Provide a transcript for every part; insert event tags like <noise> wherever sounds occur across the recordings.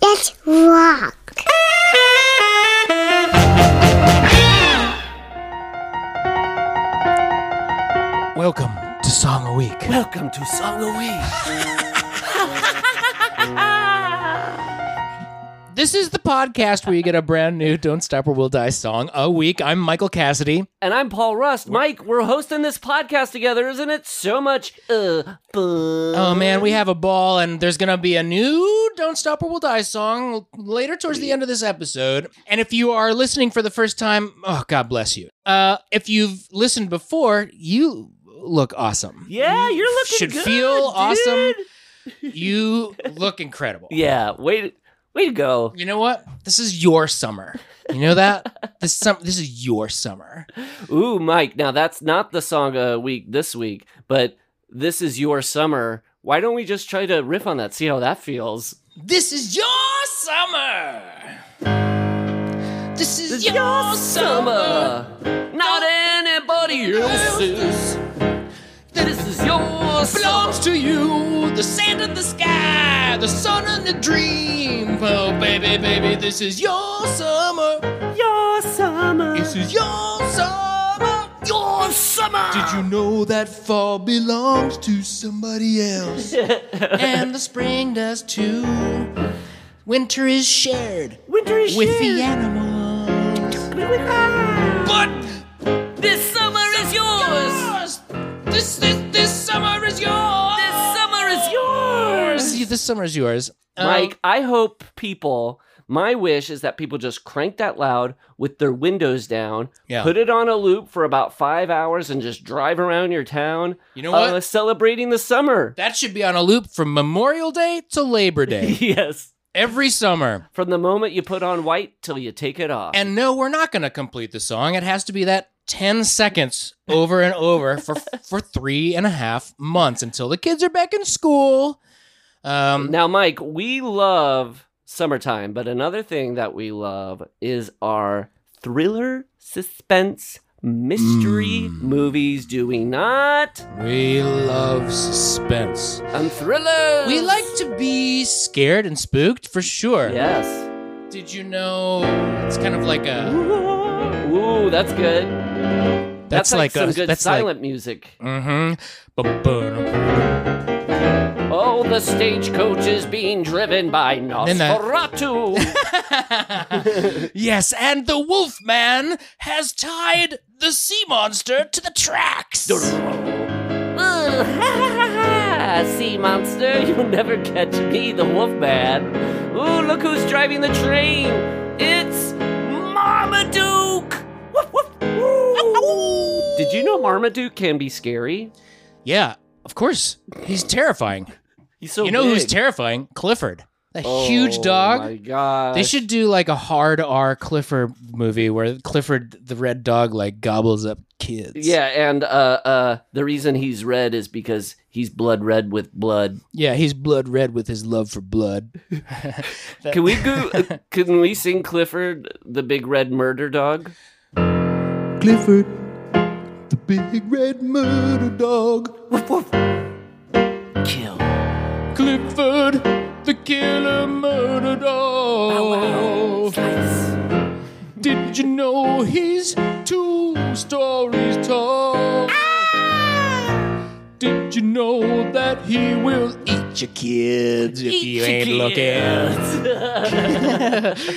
Let's rock. Welcome to Song a Week. Welcome to Song of Week. This is the podcast where you get a brand new Don't Stop or We'll Die song a week. I'm Michael Cassidy. And I'm Paul Rust. Mike, we're hosting this podcast together, isn't it? So much uh fun. Oh man, we have a ball, and there's gonna be a new Don't Stop or We'll Die song later towards the end of this episode. And if you are listening for the first time, oh God bless you. Uh, if you've listened before, you look awesome. Yeah, you're looking should good, feel dude. awesome. You look incredible. Yeah, way way to go. You know what? This is your summer. You know that? this sum- this is your summer. Ooh, Mike. Now that's not the song of week this week, but this is your summer. Why don't we just try to riff on that? See how that feels. This is your summer. This is your, summer. Summer, not anybody else's. This is your summer. Belongs to you. The sand in the sky, the sun and the dream. Oh, baby, baby, this is your summer. Your summer. This is your summer. Your summer. Did you know that fall belongs to somebody else? and the spring does too. Winter is shared Winter is with the animals. But This summer is yours. yours, this, this, this summer is yours. This summer is yours. This summer is yours. Um, Mike, I hope people. My wish is that people just crank that loud with their windows down, Yeah. put it on a loop for about five hours, and just drive around your town. You know what? Uh, celebrating the summer. that should be on a loop from Memorial Day to Labor Day <laughs> yes. every summer. From the moment you put on white till you take it off. And no, we're not going to complete the song. It has to be that 10 seconds over and over for <laughs> for three and a half months until the kids are back in school. Um, Now, Mike, we love summertime, but another thing that we love is our thriller, suspense, mystery Mm. movies, do we not? we love suspense. Um, thrillers! We like to be scared and spooked for sure. Yes. Did you know it's kind of like a Ooh, that's good. that's, like, some a good that's silent music. like <laughs> mm-hmm. Oh, the stagecoach is being driven by then that- Nosferatu. yes, and the wolf man has tied the sea monster to the tracks. <laughs> Ooh, sea monster, <laughs> you'll never catch me, the Wolfman. Ooh, look who's driving the train. It's Marmaduke. Woof, woof, woo. Did you know Marmaduke can be scary? Yeah, of course. He's terrifying. He's so you know who's big. terrifying? Clifford. A Oh, huge My dog. God. They should do like a hard R Clifford movie where Clifford the red dog like gobbles up kids. Yeah, and uh, uh, the reason he's red is because he's blood red with blood. Yeah, he's blood red with his love for blood. <laughs> Can we <laughs> go? can we sing Clifford the Big Red Murder Dog? Clifford the big red murder dog. Kill. Clifford the killer murder dog. Did you know he's two stories tall? Did you know that he will eat your kids if you ain't looking?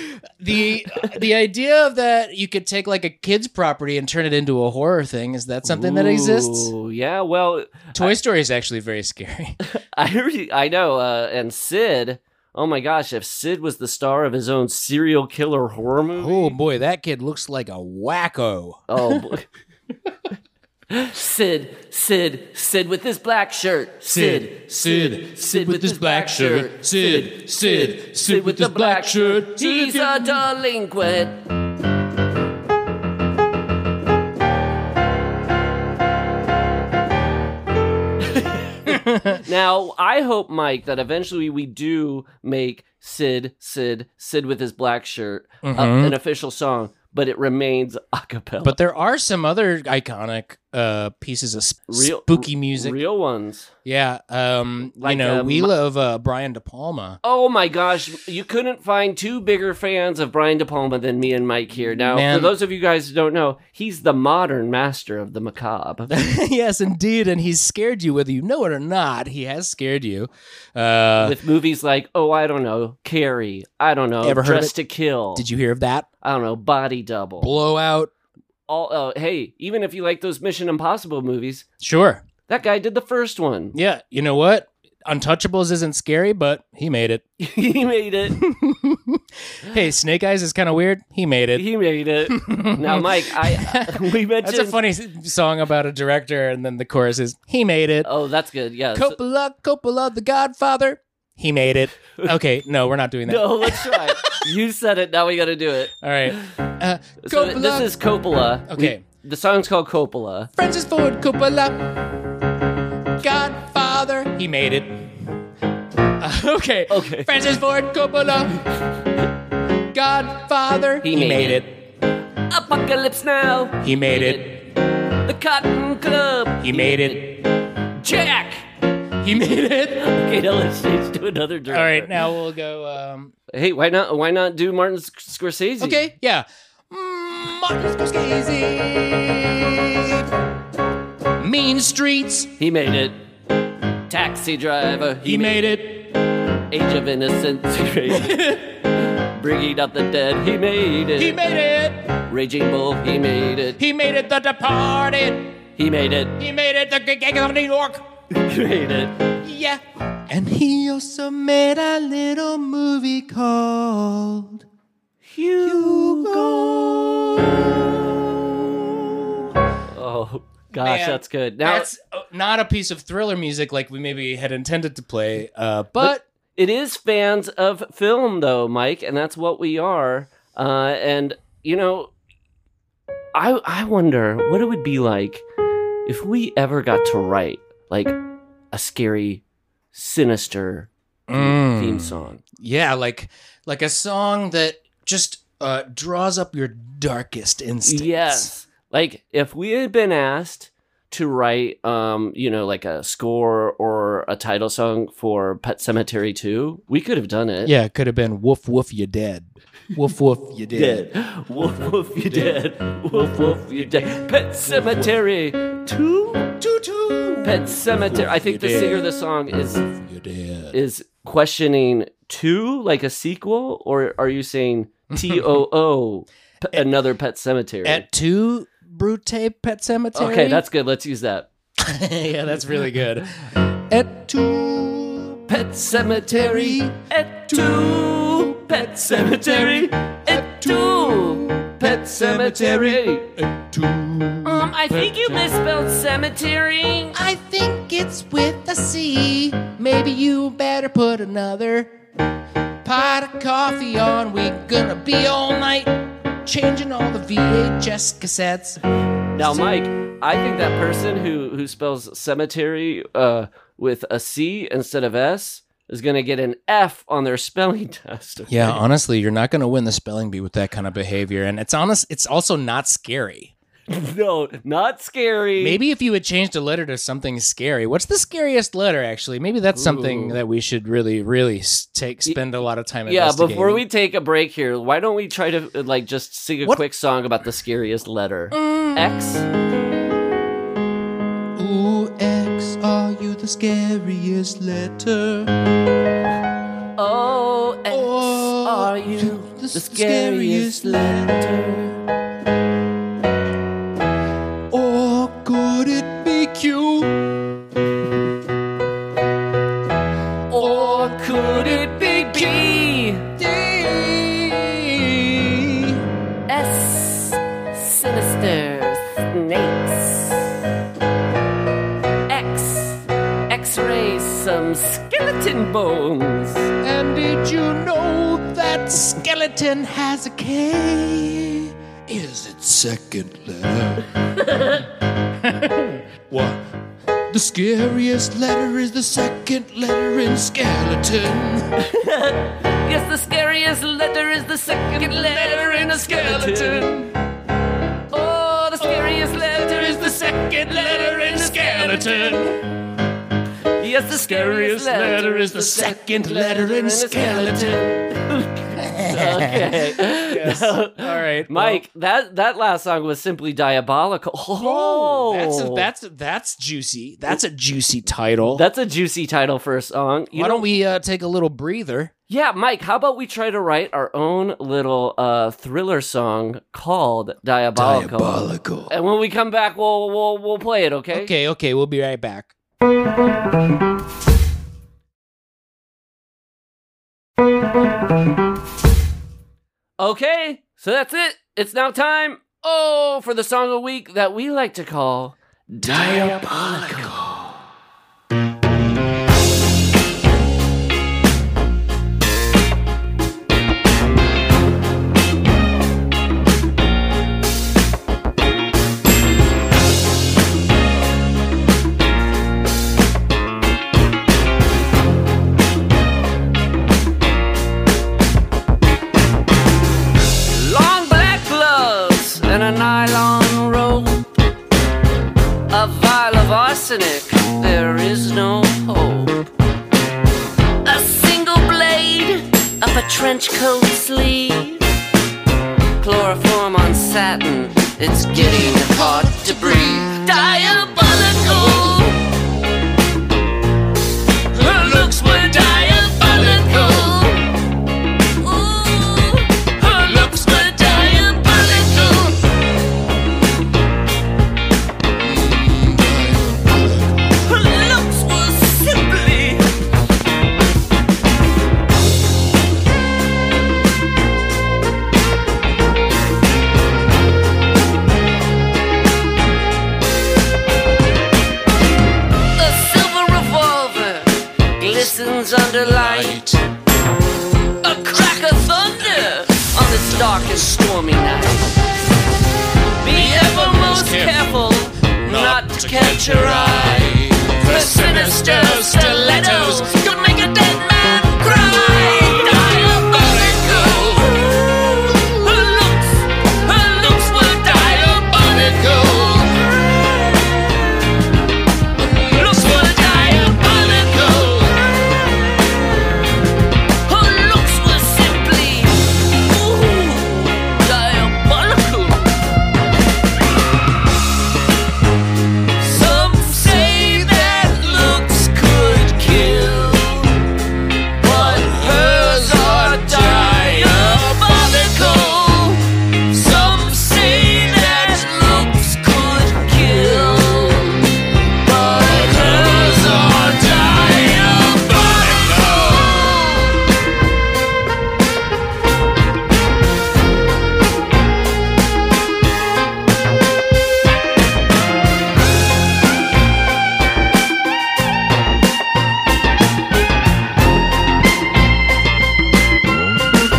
<laughs> the the idea of that you could take like a kid's property and turn it into a horror thing is that something that exists? Ooh, Yeah, well, <laughs> Toy Story is actually very scary. I really, I know, uh, and Sid. Oh my gosh, if Sid was the star of his own serial killer horror movie, oh boy, that kid looks like a wacko. oh, boy. Sid, Sid, Sid with his black shirt, Sid, Sid, Sid with his black shirt. Sid, Sid, Sid with his the black shirt. He's a delinquent. <laughs> now, I hope, Mike, that eventually we do make Sid, Sid, Sid with his black shirt Mm-hmm. uh, an official song, but it remains a cappella. But there are some other iconic uh, uh, pieces of sp- Real- spooky music. Real ones. yeah, um, Like, you know, uh, we my- love uh, Brian De Palma. <laughs> Oh my gosh, you couldn't find two bigger fans of Brian De Palma than me and Mike here. Now, Man. for those of you guys who don't know, he's the modern master of the macabre. <laughs> yes, indeed, and he's scared you whether you know it or not. He has scared you. Uh, with movies like, oh, I don't know, Carrie, I don't know, Ever Dressed heard of to Kill, did you hear of that I don't know, Body Double. blowout? All, uh, hey, even if you like those Mission Impossible movies, Sure. that guy did the first <laughs> one. Yeah, you know what? Untouchables isn't scary, but he made it. he made it. hey, Snake Eyes is kind of weird. He made it. He <laughs> made it. now, Mike, I we mentioned. That's a funny s- song about a director, and then the chorus is he made it. oh, that's good. Yeah. so- Coppola, Coppola, the Godfather. He made <laughs> it. Okay, no, we're not doing that. no, let's try. it. you said it. Now we got to do it. All right. Uh, So th- Coppola, this is Coppola. Okay. We- the song's called Coppola. Francis Ford Coppola, Godfather. He made it. <laughs> Uh, okay. Okay. Francis Ford Coppola, Godfather. He made it. Apocalypse Now. He made it. The Cotton Club. He made it. Jack. He made it. Okay, now let's change to another director. All right, now we'll go. Um, Hey, why not? Why not do Martin Sc- Scorsese? okay, yeah. Mm, Martin Scorsese. Mean Streets. He made it. Taxi Driver. He, made it. Age of Innocence. <laughs> He made <laughs> it. Bringing Up the Dead. He made it. He made it. Raging Bull. He made it. He made it. The Departed. He made it. <laughs> He made it. The Great Gang of New York. He made it. Yeah. And he also made a little movie called Hugo. Oh gosh, Man, that's good. Now that's uh, not a piece of thriller music like we maybe had intended to play, uh, but it is fans of film though, Mike, and that's what we are. Uh, and you know, I I wonder what it would be like if we ever got to write like a scary, sinister Mm. theme song. yeah, like like a song that just uh, draws up your darkest instincts. Yes. Like if we had been asked to write um, you know, like a score or a title song for Pet Cemetery 2, we could have done it. Yeah, it could have been woof woof you dead, woof woof you dead. Dead. Woof woof you dead. Woof woof you dead. Pet Cemetery 2. Toot toot. Pet Cemetery. I think the singer of the song is You dead. is questioning 2 like a sequel or are you saying T O <laughs> O p- another Pet Cemetery? At two Brute Pet Cemetery. okay, that's good. Let's use that. <laughs> yeah, that's really good. At two Pet Cemetery at two. Pet Cemetery at two. Pet Cemetery. At two. Um, I think you misspelled cemetery. I think it's with a C. Maybe you better put another pot of coffee on. We're gonna be all night changing all the VHS cassettes. Now, Mike, I think that person who who spells cemetery uh with a C instead of S is gonna get an F on their spelling <laughs> test. okay? Yeah, honestly, you're not gonna win the spelling bee with that kind of behavior, and it's honest. It's also not scary. no, not scary. Maybe if you had changed a letter to something scary. What's the scariest letter? Actually, maybe that's something Ooh. that we should really, really s- take spend a lot of time. Yeah, investigating. before we take a break here, why don't we try to uh, like just sing a What- Mm. quick song about the scariest letter? X. Ooh, X, are you the scariest letter? Oh, X, Oh, are you the scariest letter? Or could it be Q? Or could it be B? D? S. Sinister snakes. X. X rays some skeleton bones. And did you know that skeleton has a K? Is its second <laughs> letter? what? The scariest letter is the second letter in skeleton. Yes, the scariest letter is the second letter in a skeleton. Oh, the scariest letter is the second letter in the skeleton. Yes, the Scariest letter is the second letter in <laughs> skeleton. okay. Yes. <laughs> Now, <laughs> All right, well- Mike, that that last song was <laughs> simply diabolical. Oh, Oh, that's a, that's that's juicy. That's a juicy title. <laughs> that's a juicy title for a song. You Why know- don't we uh, take a little breather? Yeah, Mike, how about we try to write our own little uh, thriller song called Diabolical. Diabolical. And when we come back, we'll we'll we'll play it, okay? Okay, okay, we'll be right back. Okay. So that's it. It's now time. Oh, for the song of the week that we like to call Diabolical. Long black gloves and a nylon rope. A vial of arsenic, there is no hope. A single blade up a trench coat sleeve. Chloroform on satin, it's getting hard to breathe. Diabolical. Her looks were diabolical. Ooh, her looks were diabolical. Mm, Her looks were simply A silver revolver glistens under light. A crack of thunder on this dark and stormy night. Be ever most careful not to catch your eye. The sinister stilettos could make a dead man cry. Diabolical. Her looks, her looks were diabolical. Her looks were diabolical. Her looks were simply, ooh, diabolical. Some say that looks could kill, but hers are diabolical. Some say that looks could kill, but hers are diabolical.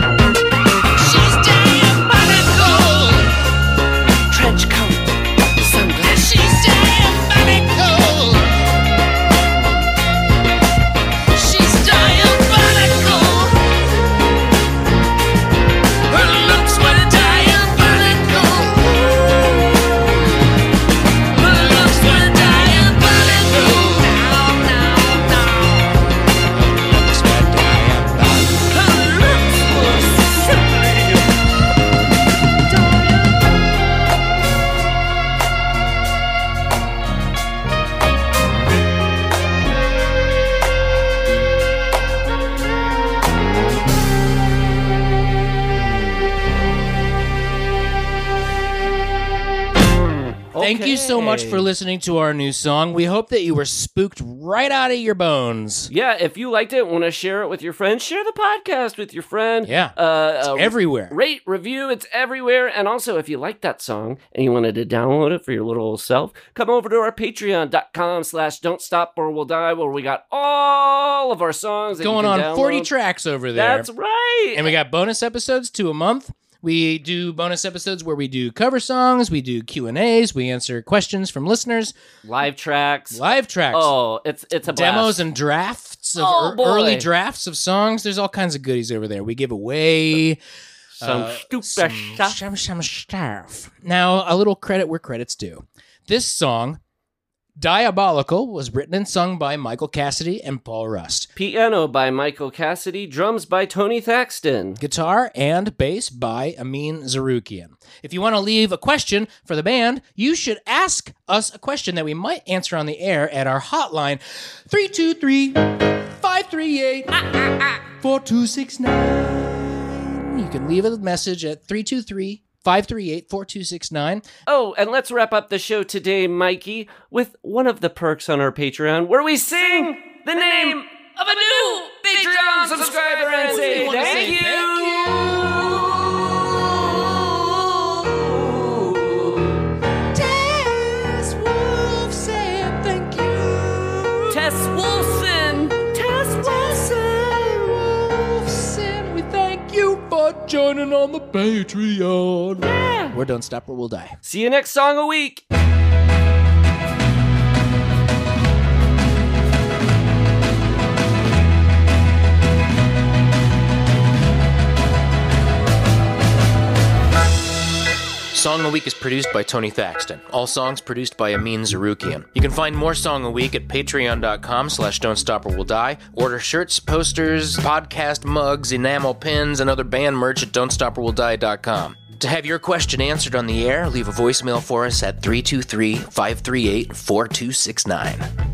She's diabolical. Trench coat, sunglasses. She's diabolical. She's diabolical. Her looks were diabolical. Her looks were diabolical. Now, now, now. Her looks were simply Thank you so much Okay. for listening to our new song. We hope that you were spooked right out of your bones. Yeah, if you liked it, want to share it with your friends, share the podcast with your friend. Yeah. Uh, uh, Everywhere. rate, review, it's everywhere. And also, if you like that song and you wanted to download it for your little old self, come over to our patreon.com slash don't stop or we'll die, where we got all of our songs that you Going can on 40 download. tracks over there. That's right. and we got bonus episodes two a month we do bonus episodes where we do cover songs we do q and a's we answer questions from listeners live tracks. live tracks Oh, it's it's a demos blast. and drafts of Oh, ear- boy. early drafts of songs there's all kinds of goodies over there we give away some uh, stupid some, stuff. some- some stuff now a little credit where credit's due This song, Diabolical, was written and sung by Michael Cassidy and Paul Rust. Piano by Michael Cassidy, drums by Tony Thaxton. guitar and bass by Amin Zarukian. If you want to leave a question for the band, you should ask us a question that we might answer on the air at our hotline 323 538 4269. You can leave a message at 323 538 4269. Oh, and let's wrap up the show today, Mikey, with one of the perks on our Patreon where we sing the name Of a new Patreon subscriber and say wanna thank say you. Tess Wolf said thank you. Tess Wilson. Tess Wilson. And Oh, we thank you for joining on the Patreon. We're Don't Stop or We'll Die. See you next song a week. Song a Week is produced by Tony Thaxton. All songs produced by Amin Zarukian. You can find more Song a Week at patreon.com slash don't stop or will die. Order shirts, posters, podcast mugs, enamel pins, and other band merch at don'tstoporwilldie.com. To have your question answered on the air, leave a voicemail for us at 323 538 4269.